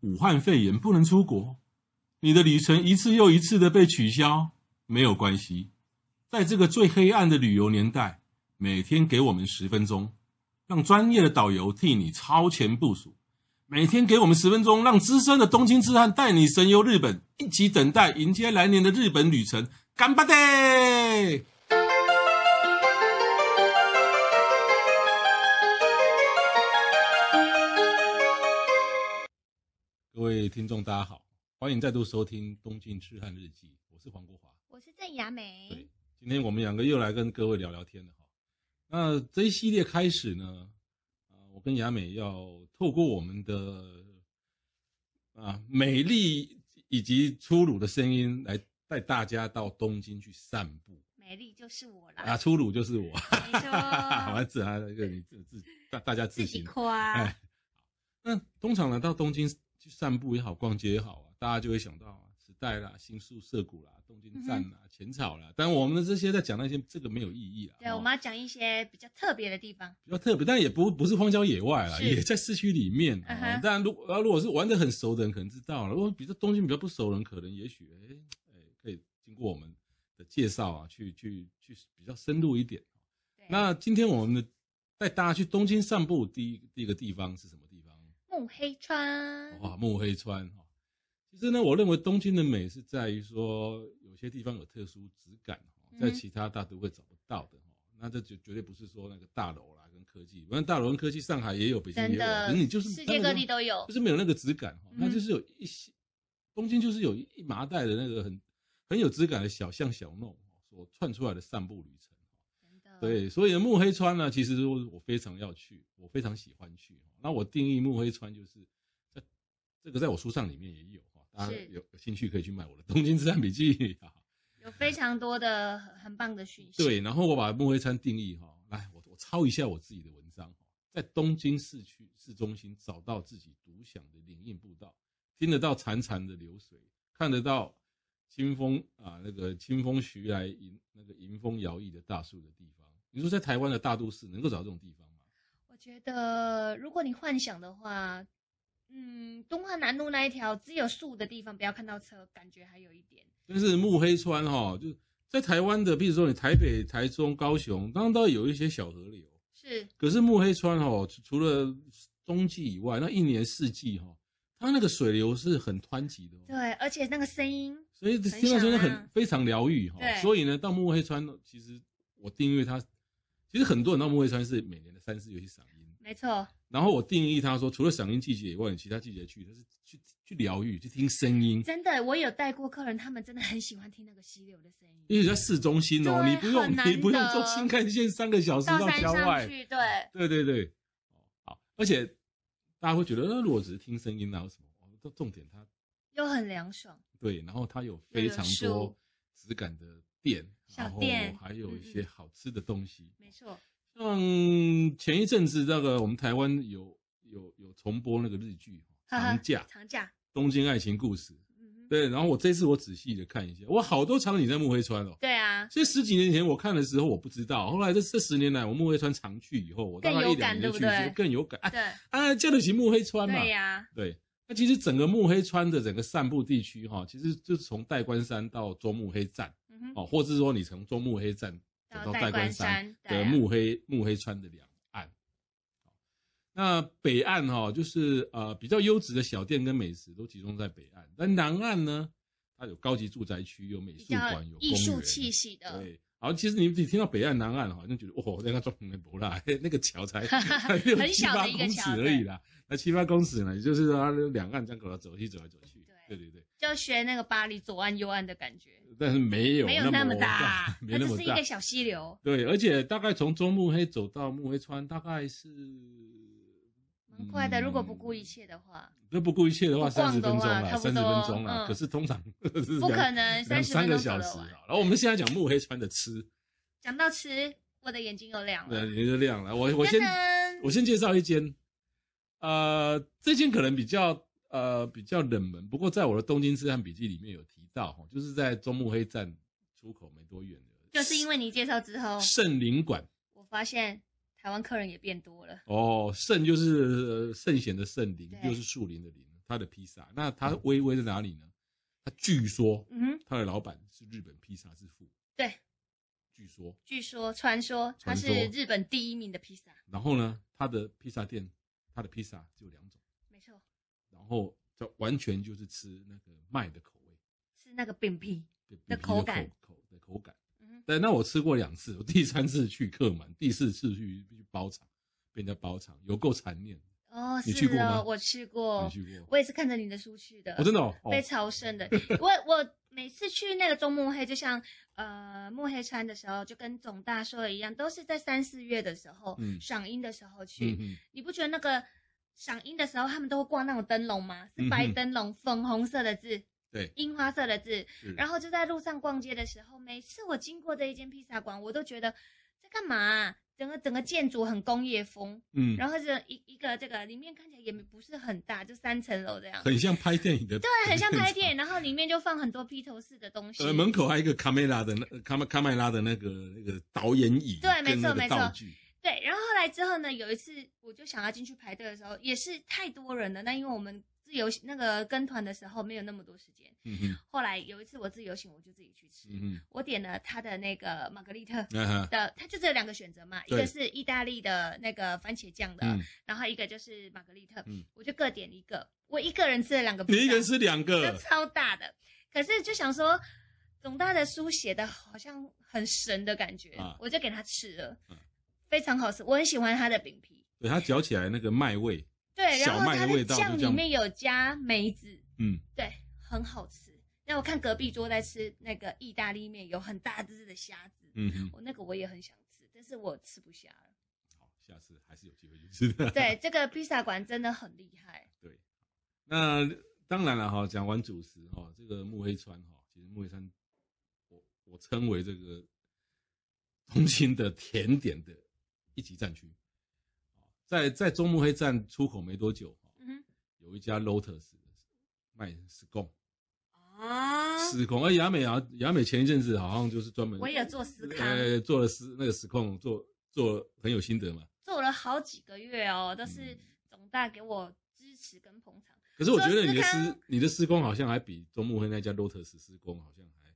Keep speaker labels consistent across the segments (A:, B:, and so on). A: 武汉肺炎不能出国，你的旅程一次又一次的被取消，没有关系。在这个最黑暗的旅游年代，每天给我们十分钟，让专业的导游替你超前部署；每天给我们十分钟，让资深的东京之汉带你神游日本，一起等待迎接来年的日本旅程。干巴爹！各位听众，大家好，欢迎再度收听《东京痴汉日记》，我是黄国华。
B: 我是郑雅美
A: 对。，今天我们两个又来跟各位聊聊天了哈。那这一系列开始呢，啊、我跟雅美要透过我们的啊美丽以及粗鲁的声音，来带大家到东京去散步
B: 美丽就是我啦。
A: 啊。粗鲁就是我，
B: 没 错
A: 好吧，自然那个你自自大大家
B: 自
A: 自
B: 己
A: 行。
B: 夸、
A: 哎，那通常呢，到东京去散步也好，逛街也好啊，大家就会想到啊，时代啦、新宿涩谷啦、东京站
B: 嗯
A: 啦、浅草啦。但我们的这些在讲那些，这个没有意义啦。
B: 对，
A: 哦
B: 我们要讲一些比较特别的地方。
A: 比较特别，但也不不是荒郊野外啦，
B: 是
A: 也在市区里面。
B: 嗯
A: 啊。
B: 哼
A: 当然，如果如果是玩的很熟的人，可能知道了；如果比较东京比较不熟的人，可能也许哎哎，可以经过我们的介绍啊，去去去比较深入一点。
B: 对，
A: 那今天我们的带大家去东京散步，第一第一个地方是什么地方？
B: 慕黑川，
A: 哇，幕黑川哈。其实呢，我认为东京的美是在于说，有些地方有特殊质感，哦
B: 嗯
A: 在其他大都会找不到的。哦那这就绝对不是说那个大楼啦跟科技，反正大楼跟科技，上海也有，北京也
B: 真
A: 有，啊可
B: 的，
A: 是你就是
B: 世界各地都有
A: 就。是没有那个质感哈。哦
B: 嗯
A: 那就是有一些东京就是有一麻袋的那个很很有质感的小巷小弄哦所串出来的散步旅程。
B: 真的，
A: 对，所以幕黑川呢，其实我我非常要去，我非常喜欢去。那我定义幕黑川就是，在这个在我书上里面也有哈，大家
B: 是
A: 有有兴趣可以去买我的《东京之战笔记》啊。
B: 有非常多的很很棒的讯息。
A: 对，然后我把幕黑川定义哈，来我我抄一下我自己的文章哈，在东京市区市中心找到自己独享的林荫步道，听得到潺潺的流水，看得到清风啊那个清风徐来迎那个迎风摇曳的大树的地方。你说在台湾的大都市能够找到这种地方吗？
B: 我觉得如果你幻想的话，嗯，东华南路那一条只有树的地方，不要看到车，感觉还有一点。
A: 但是幕黑川哈、就在台湾的，比如说你台北、台中、高雄，当然都有一些小河流，
B: 是，
A: 可是幕黑川哈、除除了冬季以外，那一年四季哈、它那个水流是很湍急的、哦，
B: 对，而且那个声音，
A: 所以听到
B: 很
A: 真的
B: 响
A: 很、
B: 啊
A: 非常疗愈哈。
B: 对
A: 所以呢，到幕黑川，其实我定义它，其实很多人到幕黑川是每年的三四月去赏樱，
B: 没错，
A: 然后我定义它说，除了赏樱季节以外，你其他季节去，它是去去疗愈，去听声音，
B: 真的，我有带过客人，他们真的很喜欢听那个溪流的声音。
A: 因为在市中心哦，
B: 对
A: 你不用
B: 很难得
A: 你不用坐新干线三个小时
B: 到山
A: 郊
B: 上
A: 外，
B: 去，对，
A: 对对对，好，而且大家会觉得，那如果只是听声音啊什么，哦这重点它
B: 又很凉爽，
A: 对，然后它有非常
B: 又有
A: 多
B: 树
A: 质感的店，
B: 小
A: 然后
B: 店
A: 还有一些
B: 嗯嗯
A: 好吃的东西，
B: 没错，
A: 像前一阵子那个我们台湾有有有重播那个日剧《
B: 哈哈
A: 长假》《
B: 长假，
A: 东京爱情故事》，
B: 嗯哼，
A: 对，然后我这次我仔细的看一下，我好多场景在幕黑川哦。
B: 对啊，
A: 所以十几年前我看的时候我不知道，后来这这十年来我幕黑川常去以后，我大概一两年就去，
B: 更有感对不对
A: 就更有感。啊
B: 对，
A: 啊，叫得起幕黑川嘛？
B: 对呀，
A: 对那其实整个幕黑川的整个散步地区哈，其实就是从代官山到中幕黑站
B: 嗯哼，
A: 哦，或是说你从中幕黑站走
B: 到
A: 代
B: 代
A: 官
B: 官
A: 山
B: 山啊
A: 的幕黑幕黑川的两岸。那北岸哈、就是呃比较优质的小店跟美食都集中在北岸，但南岸呢，它有高级住宅区，有美
B: 比
A: 术
B: 较
A: 馆，有
B: 艺
A: 公
B: 术
A: 园
B: 气息的，
A: 对，然后其实你你听到北岸、南岸哈，就觉得哦，那个中南博啦，那个桥才六
B: 很
A: 七
B: 小
A: 八
B: 的一个
A: 公尺
B: 桥
A: 而已啦，那七八公尺呢，也就是它两岸这样走来走去，走来走去。对
B: 对
A: 对对，
B: 就学那个巴黎左岸右岸的感觉，
A: 但是没有
B: 没有那
A: 么，
B: 么大
A: 没
B: 它
A: 那
B: 只
A: 么
B: 是一
A: 大
B: 个。小溪流，
A: 对，而且大概从中目黑走到目黑川，大概是
B: 蛮快的。如果不顾一
A: 嗯
B: 切的话，
A: 都不顾一切的话，
B: 不
A: 三
B: 逛
A: 十
B: 的
A: 分钟
B: 话
A: 啦，
B: 差不
A: 三十
B: 多
A: 分钟啦。
B: 嗯
A: 可是通常
B: 不
A: 不
B: 可能
A: 两
B: 三十
A: 三
B: 分
A: 个
B: 钟走
A: 小
B: 得
A: 时啊
B: 完。。
A: 然后我们现在讲目黑川的吃，
B: 讲到吃，我的眼睛又亮
A: 对，
B: 了，
A: 你就亮了。我我
B: 噔
A: 先
B: 噔，
A: 我先介绍一间，呃，这间可能比较呃比较冷门，不过在我的《东京之汉笔记》里面有提到哈，就是在中目黑站出口没多远的，
B: 就是因为你介绍之后，
A: 圣灵馆
B: 我发现台湾客人也变多了，
A: 哦，圣就是呃圣贤的圣灵，
B: 对
A: 又是树林的林，他的披萨。那他微微在哪里呢？他据说
B: 嗯哼，
A: 他的老板是日本披萨之父，
B: 对，
A: 据说。
B: 据说传说它
A: 传说
B: 是日本第一名的披萨，
A: 然后呢，他的披萨店，他的披萨只有两种，
B: 没错，
A: 然后这完全就是吃那个麦的口味，
B: 是那个饼皮。
A: 对饼
B: 的
A: 皮
B: 口感
A: 口口的口感。
B: 嗯哼，
A: 对，那我吃过两次，我第三次去客满，第四次去去包场，被人家包场，有够残念。
B: 哦，
A: 你去
B: 是
A: 过吗
B: 哦，我去过
A: 你，去过？
B: 我也是看着你的书去的。
A: 我真的哦，哦
B: 被超生的。我我每次去那个中目黑，就像呃墨黑川的时候，就跟总大说的一样，都是在三四月的时候，
A: 嗯
B: 赏樱的时候去。
A: 嗯嗯，
B: 你不觉得那个赏樱的时候，他们都会挂那种灯笼吗？是白
A: 嗯哼
B: 灯笼，粉红色的字，
A: 对，
B: 樱花色的字。
A: 是
B: 然后就在路上逛街的时候，每次我经过这一间披萨馆，我都觉得在干嘛啊、整个整个建筑很工业风，
A: 嗯，
B: 然后这一一个这个里面看起来也不是很大，就三层楼这样。
A: 很像拍电影的，对
B: 对，很像拍电影，然后里面就放很多披头士的东西。
A: 呃，门口还有一个卡梅拉的那卡麦卡麦拉的那个那个导演椅，
B: 对没
A: 跟那
B: 错
A: 个
B: 没错
A: 道具
B: 对，然后后来之后呢，有一次我就想要进去排队的时候，也是太多人了。那因为我们自由行那个跟团的时候没有那么多时间。
A: 嗯哼，
B: 后来有一次我自由行，我就自己去吃，
A: 嗯
B: 我点了他的那个玛格丽特。
A: 哼，啊哈，
B: 的，它就只有两个选择嘛，一
A: 对
B: 个是意大利的那个番茄酱的，
A: 嗯，
B: 然后一个就是玛格丽特，
A: 嗯
B: 我就各点一个，我一个人吃了两个披
A: 你
B: 萨，
A: 一个人吃两
B: 就
A: 个，
B: 超大的。可是就想说，总大的书写的好像很神的感觉，
A: 啊
B: 我就给他吃了，
A: 啊
B: 非常好吃，我很喜欢它的饼皮。
A: 对，它嚼起来那个麦味，
B: 对，然
A: 小
B: 后
A: 麦的
B: 它的
A: 味道就
B: 酱
A: 这
B: 里
A: 样
B: 面有加梅子，
A: 嗯，
B: 对，很好吃。那我看隔壁桌在吃那个意大利面，有很大只的虾子，
A: 嗯哼，
B: 我、那个我也很想吃，但是我吃不下了。
A: 好，下次还是有机会去吃的。
B: 对，这个披萨馆真的很厉害，
A: 对，那当然了哈，讲完主食哈，这个木黑川哈，其实木黑川，我我称为这个东京的甜点的一级战区。在在中目黑站出口没多久，
B: 嗯
A: 有一家 Lotus 卖施工
B: 哼，啊，
A: 施工，而雅美啊雅美前一阵子好像就是专门
B: 我也做司康，
A: 呃做了施那个施控做做很有心得嘛。
B: 做了好几个月哦，都是
A: 嗯
B: 总大给我支持跟捧场。
A: 可是我觉得你的
B: 说思
A: 施
B: 康
A: 你的施工好像还比中目黑那家 Lotus 施工好像还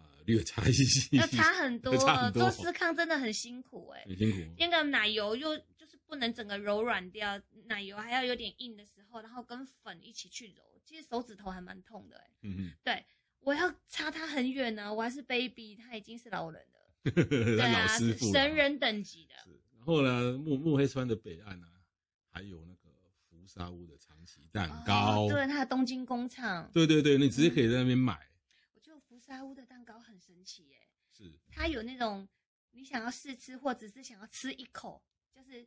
A: 呃略差一些，，
B: 要差很多
A: 差很多嗯
B: 做司康真的很辛苦哎、
A: 很辛苦。哦
B: 那个奶油又就是不能整个柔软掉，奶油还要有点硬的时候，然后跟粉一起去揉，其实手指头还蛮痛的哎、
A: 嗯
B: 我要差它很远呢、我还是 baby，他已经是老人了，
A: 哼，
B: 对
A: 那
B: 啊，
A: 老师
B: 是
A: 傅啦
B: 神。人等级的，
A: 是然后呢，目目黑川的北岸啊，还有那个福沙屋的长崎蛋糕，
B: 哦对，嗯他的东京工厂，
A: 对对对，你直接可以在那边买。
B: 我觉得福沙屋的蛋糕很神奇哎、
A: 是，
B: 它有那种你想要试吃，或只是想要吃一口，就是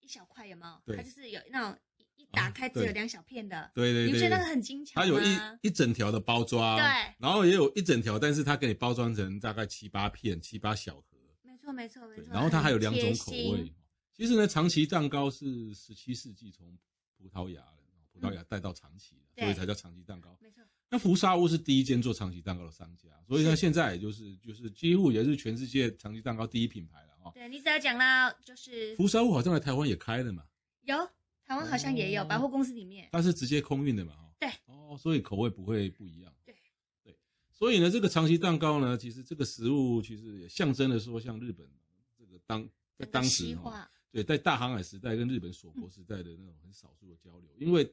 B: 一小块，有没有？
A: 对
B: 它就是有那种一一打
A: 啊
B: 开只
A: 对
B: 有两小片的，
A: 对对
B: 你
A: 对。
B: 不觉得那个很精巧
A: 它
B: 吗？
A: 有一一整条的包装，
B: 对
A: 然后也有一整条，但是它给你包装成大概七八片、七八小盒，
B: 没错没错没
A: 对，
B: 错。
A: 然后它还有两
B: 很
A: 种
B: 贴
A: 口
B: 心
A: 味。。其实呢，长崎蛋糕是十七世纪从葡萄牙人，葡萄牙带到长崎的，
B: 嗯对
A: 所以才叫长崎蛋糕。
B: 没错，
A: 那福沙屋是第一间做长崎蛋糕的商家，所以呢，现在也就是就是几乎也是全世界长崎蛋糕第一品牌了哈、哦。
B: 对你只要讲到就是
A: 福沙屋好像来台湾也开了嘛，
B: 有台湾好像也有
A: 哦
B: 百货公司里面，
A: 它是直接空运的嘛哈、哦。
B: 对。
A: 哦，所以口味不会不一样。
B: 对
A: 对，所以呢，这个长崎蛋糕呢，其实这个食物其实也象征了说，像日本这个当在当时
B: 西
A: 哈、
B: 化
A: 对，在大航海时代跟日本锁国
B: 嗯
A: 时代的那种很少数的交流，因为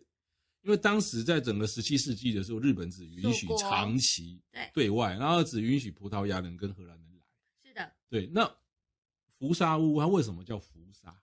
A: 因为当时在整个十七世纪的时候，日本只允许
B: 锁国
A: 长期
B: 对
A: 对外，然后只允许葡萄牙人跟荷兰人来。
B: 是的。
A: 对，那福沙屋它为什么叫福沙？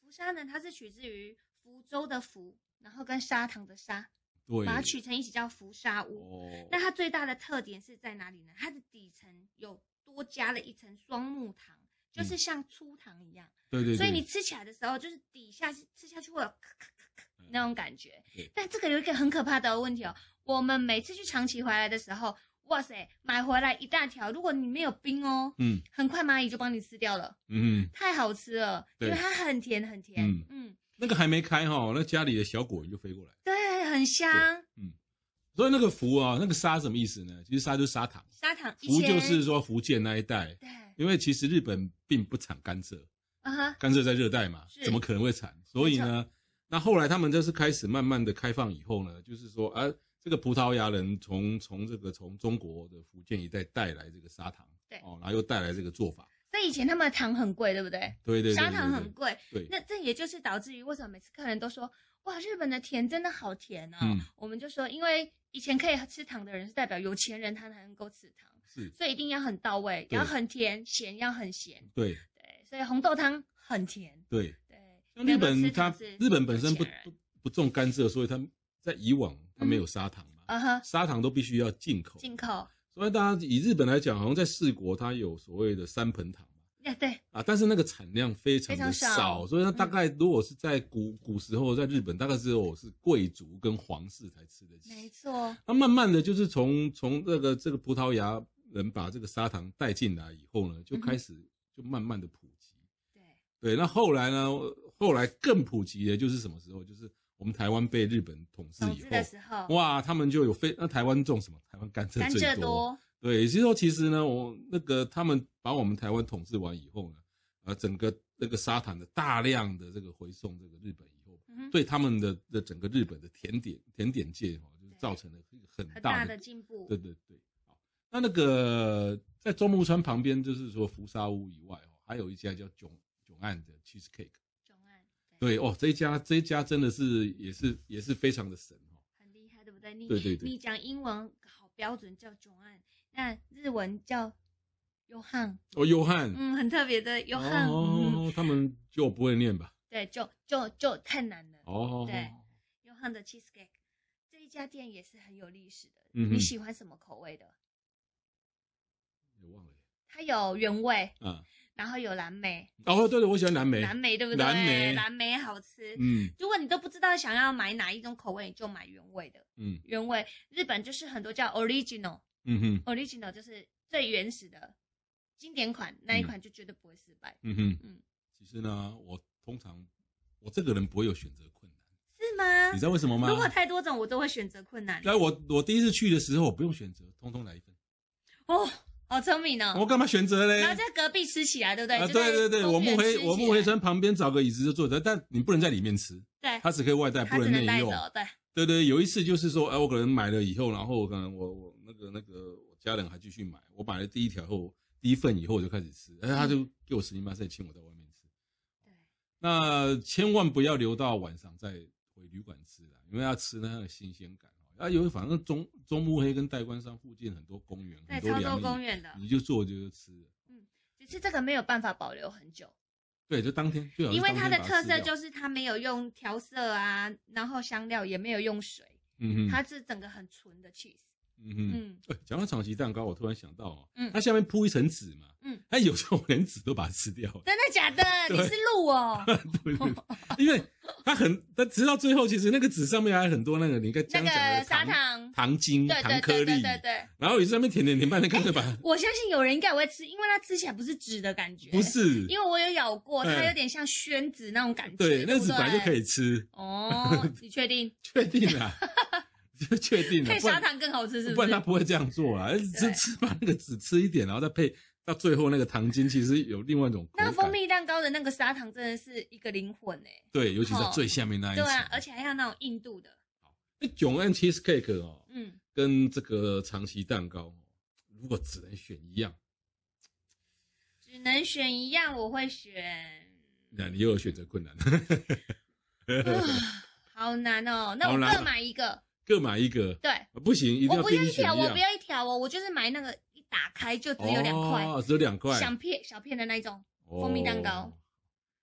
B: 福沙呢，它是取自于福州的福，然后跟砂糖的砂，
A: 对，
B: 把它取成一起叫福沙屋。
A: 哦，
B: 那它最大的特点是在哪里呢？它的底层有多加了一层双木糖，就是像粗糖一样，
A: 嗯对对对，
B: 所以你吃起来的时候，就是底下是吃下去会有咔咔咔咔
A: 嗯
B: 那种感觉
A: 对。
B: 但这个有一个很可怕的问题哦，我们每次去长崎回来的时候，哇塞，买回来一大条，如果你没有冰哦，
A: 嗯
B: 很快蚂蚁就帮你吃掉了，
A: 嗯，
B: 太好吃了，因
A: 对
B: 为它很甜很甜，
A: 嗯
B: 嗯，
A: 那个还没开哈、那家里的小果蝇就飞过来，
B: 对，很香。
A: 所以那个福啊，那个沙什么意思呢？其实沙就是砂糖，
B: 砂糖以
A: 福
B: 前
A: 就是说福建那一带，
B: 对，
A: 因为其实日本并不产甘蔗，
B: 啊哈，
A: 甘蔗在热带嘛
B: 是，
A: 怎么可能会产？所以呢，那后来他们就是开始慢慢的开放以后呢，就是说啊，这个葡萄牙人从从这个从中国的福建一带带来这个砂糖，
B: 对
A: 哦，然后又带来这个做法，
B: 所以以前他们的糖很贵，对不对？
A: 对对对，
B: 砂
A: 对
B: 糖很贵，
A: 对，对
B: 那这也就是导致于为什么每次客人都说哇，日本的甜真的好甜哦。
A: 嗯
B: 我们就说，因为以前可以吃糖的人是代表有钱人，他才能够吃糖，
A: 是，
B: 所以一定要很到位，
A: 对
B: 要很甜，咸要很咸。
A: 对
B: 对，所以红豆汤很甜。
A: 对。
B: 对，
A: 像日本，它
B: 能够吃糖是
A: 日本本身不
B: 有钱人
A: 不不种甘蔗，所以它在以往它没有砂糖嘛，
B: 嗯哼，
A: 砂糖都必须要进口。
B: 进。口，
A: 所以大家以日本来讲，好像在四国它有所谓的三盆糖嘛，
B: 哎对，
A: 啊，但是那个产量非常的
B: 非常少嗯
A: 少，所以它大概如果是在古古时候在日本，大概只有是贵族跟皇室才吃得
B: 没
A: 起。
B: 错，
A: 那慢慢的就是从从这个这个葡萄牙人把这个砂糖带进来以后呢，就
B: 嗯哼
A: 开始就慢慢的普及。
B: 对，
A: 对，那后来呢？后来更普及的就是什么时候？就是我们台湾被日本统治
B: 总
A: 以
B: 之的时候，
A: 后，哇，他们就有非那台湾种什么？台湾甘蔗
B: 甘
A: 最
B: 蔗多，
A: 对，也就是说，其实呢，我那个他们把我们台湾统治完以后呢，呃，整个那个沙糖的大量的这个回送这个日本以后，
B: 嗯哼，
A: 对他们的的整个日本的甜点甜点界哈、哦，就是
B: 对
A: 造成了一个很
B: 很
A: 大
B: 大
A: 的
B: 的进步，
A: 对对对，好，那那个在中目川旁边，就是说福沙屋以外哦，还有一家叫囧囧岸的 cheesecake。
B: 种案，
A: 对哦，这一家这一家真的是也是也是非常的神哦。
B: 很厉害，对不对？你
A: 对对对
B: 你讲英文好标准叫囧案，那日文叫约翰，
A: 哦，约翰，
B: 嗯，很特别
A: 哦
B: 的约翰，嗯，
A: 哦，他们就不会念吧？
B: 对，就就就太难了。
A: 哦，
B: 对约翰的 cheesecake 这一家店也是很有历史的，
A: 嗯哼
B: 你喜欢什么口味的？
A: 也忘了耶
B: 它有原味，
A: 啊。
B: 然后有蓝莓，
A: 哦，对对，我喜欢蓝莓。
B: 蓝莓对不对？
A: 蓝莓
B: 蓝莓好吃。
A: 嗯
B: 如果你都不知道想要买哪一种口味，你就买原味的。
A: 嗯
B: 原味日本就是很多叫 original，
A: 嗯哼
B: original 就是最原始的经典款，那一款就绝对不会失败，
A: 嗯哼
B: 嗯
A: 其实呢，我通常我这个人不会有选择困难，
B: 是吗
A: 你知？道为什么吗？
B: 如果太多种，我都会选择困难。
A: 来，我我第一次去的时候，我不用选择，通通来一份。
B: 哦，好聪明哦！
A: 我干嘛选择嘞？
B: 然后在隔壁吃起来，对不对？
A: 啊，
B: 就
A: 对
B: 在
A: 对对，我
B: 公园
A: 木
B: 吃
A: 回
B: 起来
A: 我木回村旁边找个椅子就坐着，但你不能在里面吃，
B: 对，
A: 它只可以外带，
B: 他
A: 不
B: 只能
A: 内
B: 带
A: 用。
B: 走，对，
A: 对对，有一次就是说，哎、我可能买了以后，然后可能我我那个那个我家人还继续买，我买了第一条后第一份以后我就开始吃，哎，他就
B: 嗯
A: 给我十斤八塞请我在外面吃。
B: 对
A: 那千万不要留到晚上再回旅馆吃啦，因为要吃那样的新鲜感哦。啊，有反正中中目黑跟代官山附近很多公园，很
B: 在
A: 多嗯
B: 超
A: 凉
B: 州
A: 椅，
B: 公园的，
A: 你就坐就是吃了，
B: 只是这个没有办法保留很久，
A: 对，就当天最好是
B: 因为
A: 当
B: 它
A: 天
B: 的
A: 把
B: 特
A: 吃
B: 色
A: 掉
B: 就是它没有用调色啊，然后香料也没有用水，
A: 嗯哼
B: 它是整个很纯的 cheese。
A: 嗯哼。
B: 嗯，
A: 哎讲到长崎蛋糕，我突然想到哦，
B: 嗯
A: 它下面铺一层纸嘛，
B: 嗯，
A: 它有时候我连纸都把它吃掉，
B: 真的假的？
A: 对
B: 你是 鹿哦，
A: 对对对因为它很，它直到最后，其实那个纸上面还有很多那个你刚
B: 那
A: 刚讲
B: 个
A: 的
B: 砂
A: 糖
B: 糖，
A: 糖精、
B: 对
A: 糖
B: 对
A: 颗
B: 对
A: 粒
B: 对，对对。
A: 然后你在那边舔舔舔半天，干脆 把它
B: 我相信有人应该也会吃，因为它吃起来不是纸的感觉，
A: 不，是，
B: 因为我有咬过，
A: 嗯
B: 它有点像宣纸那种感觉，
A: 对，
B: 对，
A: 那纸本来就可
B: 以。
A: 以吃，
B: 哦，你确定
A: 确定 啦，就确定啦，
B: 配
A: 不
B: 砂
A: 然
B: 糖更好吃是
A: 不
B: 不
A: 然
B: 是
A: 他？不会这样做啦，只
B: 对
A: 吃把那个纸吃一点，然后再配到最后那个糖精，其实有另外一种口
B: 那
A: 感
B: 个蜂蜜蛋糕的那个砂糖真的是一个灵魂哎，
A: 对，尤其是
B: 哦
A: 最下面那一
B: 对
A: 层，
B: 啊，而且还有那种印度的，
A: 那囧岸 cheesecake 哦，
B: 嗯，
A: 跟这个长崎蛋糕哦，如果只能选一样，
B: 只能选一样，我会选，
A: 那你又有选择困难。
B: 啊好难哦，那我
A: 好难啊
B: 各买一个，
A: 各买一个，
B: 对，
A: 不行，一定
B: 我
A: 要
B: 不
A: 跟
B: 要
A: 你
B: 一
A: 选
B: 条，
A: 样。
B: 我不要一条哦，我就是买那个一打开就只有两块，
A: 哦，只有两块，
B: 小片小片的那一种。
A: 哦
B: 蜂蜜蛋糕。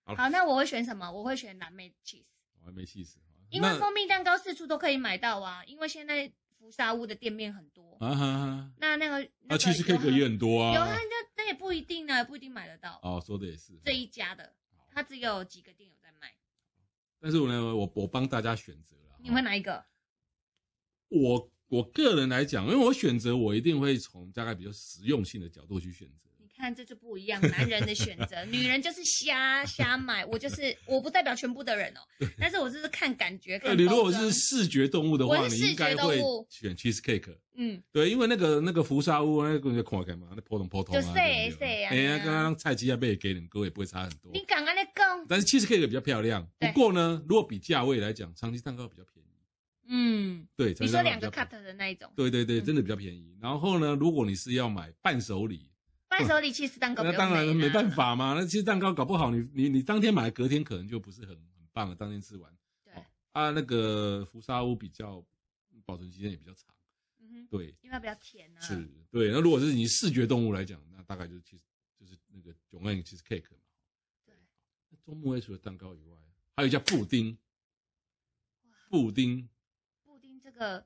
A: 好
B: 好，那我会选什么？我会选蓝莓 cheese，
A: 我还没哦细数。
B: 因为蜂蜜蛋糕四处都可以买到啊。因为现在福沙屋的店面很多，
A: 那啊哈哈，
B: 那那个那
A: 啊，
B: 个
A: 其实 cake 也
B: 有
A: 很多
B: 有
A: 啊
B: 啊，。那那也不一定呢，不一定买得到。
A: 哦，说的也是。
B: 这一家的，它只有几个店有在卖，
A: 但是我呢，我我帮大家选择了。
B: 你会哪一个？
A: 我我个人来讲，因为我选择我一定会从大概比较实用性的角度去选择。
B: 你看这就不 一样，男人的选择，女人就是瞎瞎买。我就是我不代表全部的人哦，但是我就是看感觉。
A: 呃，
B: 看
A: 你如
B: 包
A: 果
B: 装
A: 是视觉动物的话，
B: 我是
A: 你
B: 视觉
A: 应该会
B: 动物
A: 选 cheesecake。
B: 嗯，
A: 对，因为那个那个福沙屋那个看起来嘛，那扑通扑通啊，
B: 就
A: 对
B: 细
A: 不对
B: 细啊
A: 哎
B: 对
A: 呀，
B: 啊
A: 刚刚菜鸡啊被给你们各位不会差很多。
B: 你敢跟那讲？
A: 但是 cheesecake 比较漂亮，不
B: 对
A: 过呢，如果比价位来讲，长期蛋糕比较便宜。
B: 嗯，
A: 对，
B: 你
A: 长期
B: 说
A: 蛋糕
B: 两
A: 比较
B: 个
A: 便宜
B: cut 的那一种，
A: 对对对，
B: 嗯
A: 真的比较便宜。然后呢，如果你是要买伴手礼，
B: 伴手礼其实蛋糕
A: 那
B: 不用啊
A: 当然
B: 买啦
A: 没办。法嘛。那其实蛋糕搞不好你，你你当天买，隔天可能就不是很很棒了。当天吃完
B: 对，
A: 啊，那个福沙屋比较保存期间也比较长。
B: 嗯哼，
A: 对，
B: 因为比较甜啊。
A: 是，对。那如果是你视觉动物来讲，那大概就是其实就是那个永安 cheesecake 嘛。
B: 对，
A: 那中目黑除了蛋糕以外，还有一家布丁，
B: 哇，
A: 布丁
B: 布丁这个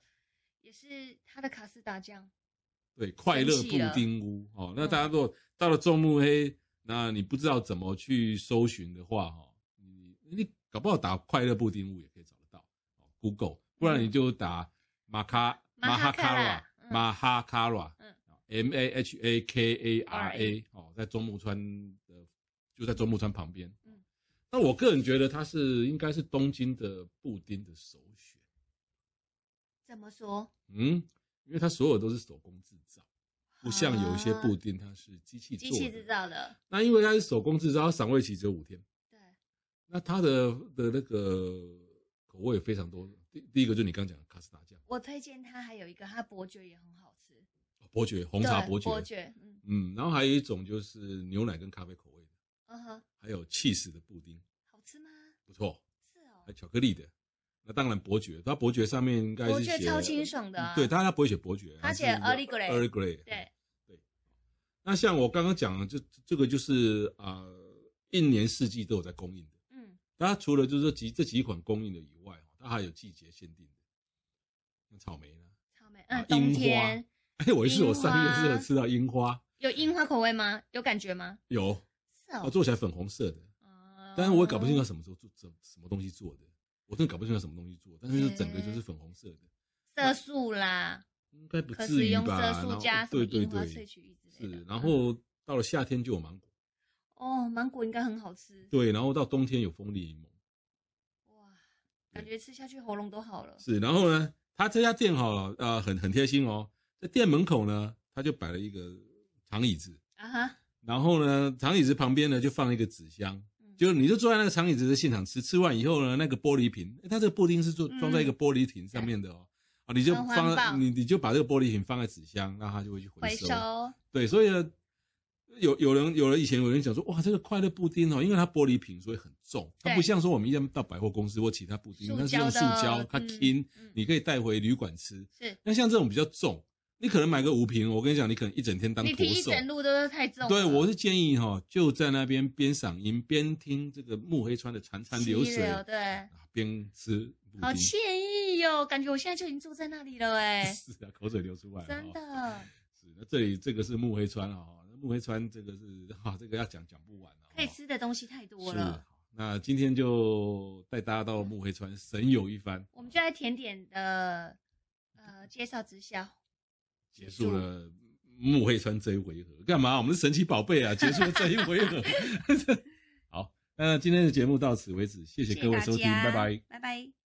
B: 也是它的卡斯达酱，
A: 对，快乐
B: 生
A: 布
B: 气了嗯
A: 丁屋哦。那大家如果到了众目黑，那你不知道怎么去搜寻的话，哈、哦，你你搞不好打快乐布丁屋也可以找得到哦，Google，不然你就打马卡马
B: 嗯马
A: 哈
B: 哈
A: 卡
B: 卡
A: 拉
B: 拉
A: 马哈卡拉，哦
B: 嗯
A: m A H A K A R
B: R
A: A
B: A
A: 哦，在中木川的就在中木川旁边。
B: 嗯
A: 那我个人觉得它是应该是东京的布丁的首选，
B: 怎么说？
A: 嗯，因为它所有都是手工制造。不像有一些布丁，它是机器做
B: 啊机
A: 的
B: 器制。造的，
A: 那因为它是手工制造，它赏味期只有五天。
B: 对，
A: 那它的的那个口味非常多。第第一个就是你刚讲的卡斯达酱，
B: 我推荐它还有一个，它伯爵也很好吃，
A: 哦伯爵红茶
B: 对
A: 伯爵，
B: 伯爵，嗯
A: 嗯，然后还有一种就是牛奶跟咖啡口味的，
B: 嗯哼，
A: 还有 cheese 的布丁，
B: 好吃吗？
A: 不错，
B: 是哦
A: 还有，巧克力的。那当然伯爵，它伯爵上面应该
B: 伯
A: 是
B: 爵
A: 写嗯
B: 超清爽的啊
A: 对，但它不会写伯爵，
B: 它写 Earl Grey
A: Earl Grey，
B: 对，
A: 那像我刚刚讲的，这这个就是啊、呃一年四季都有在供应的。
B: 嗯，
A: 它除了就是说几这几款供应的以外，它还有季节限定的。那草莓呢？
B: 草莓，
A: 啊
B: 嗯，冬
A: 樱花
B: 天
A: 哎，我一次我三
B: 樱
A: 月
B: 花
A: 是有吃到樱花，
B: 有樱花口味吗？有感觉吗？
A: 有，
B: 是哦
A: 它，做起来粉红色的，
B: 啊
A: 但是我也搞不清楚它什么时候做什什么东西做的，我真的搞不清楚它什么东西做，但是就整个就是粉红色的，
B: 色素啦，
A: 应该不
B: 可
A: 至
B: 使
A: 于
B: 用
A: 吧？
B: 色
A: 然
B: 素
A: 后
B: 加什么
A: 对对
B: 樱花萃
A: 对，
B: 取液之类的。
A: 是，然
B: 嗯
A: 后到了夏天就有芒果，
B: 哦，芒果应该很好吃，
A: 对，然后到冬天有蜂蜜柠檬。
B: 哇，感觉吃下去喉咙都好了。
A: 是，然后呢，他这家店哈、呃，很很贴心哦，在店门口呢，他就摆了一个长椅子，
B: 啊哈，
A: 然后呢，长椅子旁边呢就放一个纸箱，
B: 嗯
A: 就你就坐在那个长椅子的现场吃，吃完以后呢，那个玻璃瓶，诶它这个布丁是做
B: 嗯
A: 装在一个玻璃瓶上面的哦，啊，你就
B: 很环
A: 放在
B: 保
A: 你你就把这个玻璃瓶放在纸箱，那它就会去
B: 回收，
A: 对，所以呢，有有人有人以前有人讲说，哇，这个快乐布丁哦，因为它玻璃瓶所以很重，它
B: 对
A: 不像说我们一般到百货公司或其他布丁，
B: 塑
A: 它是
B: 胶
A: 用
B: 的
A: 塑胶，它
B: 嗯
A: 轻
B: 嗯，
A: 你可以带回旅馆吃。
B: 是
A: 那像这种比较重，你可能买个五瓶，我跟你讲，你可能一整天当
B: 你
A: 驼
B: 提一
A: 兽。
B: 整路都是太重了。
A: 对，我是建议哈、哦，就在那边边赏樱边听这个木黑川的潺潺流
B: 溪
A: 水，
B: 流对，
A: 啊边吃布
B: 好
A: 丁，
B: 惬意哟、感觉我现在就已经住在那里了哎、
A: 是啊，口水流出来了、哦，
B: 真的
A: 是，那这里这个是木黑川了哈，那木黑川这个是啊，这个要讲讲不完了、哦，
B: 可以吃的东西太多
A: 是啊
B: 了。。
A: 那今天就带大家到木黑川神游一番，
B: 我们就在甜点的呃介绍之下，
A: 结束了木黑川这一回合。干嘛？我们是神奇宝贝啊！结束了这一回合。 好，那今天的节目到此为止，谢谢各位收听，拜拜。
B: 拜拜。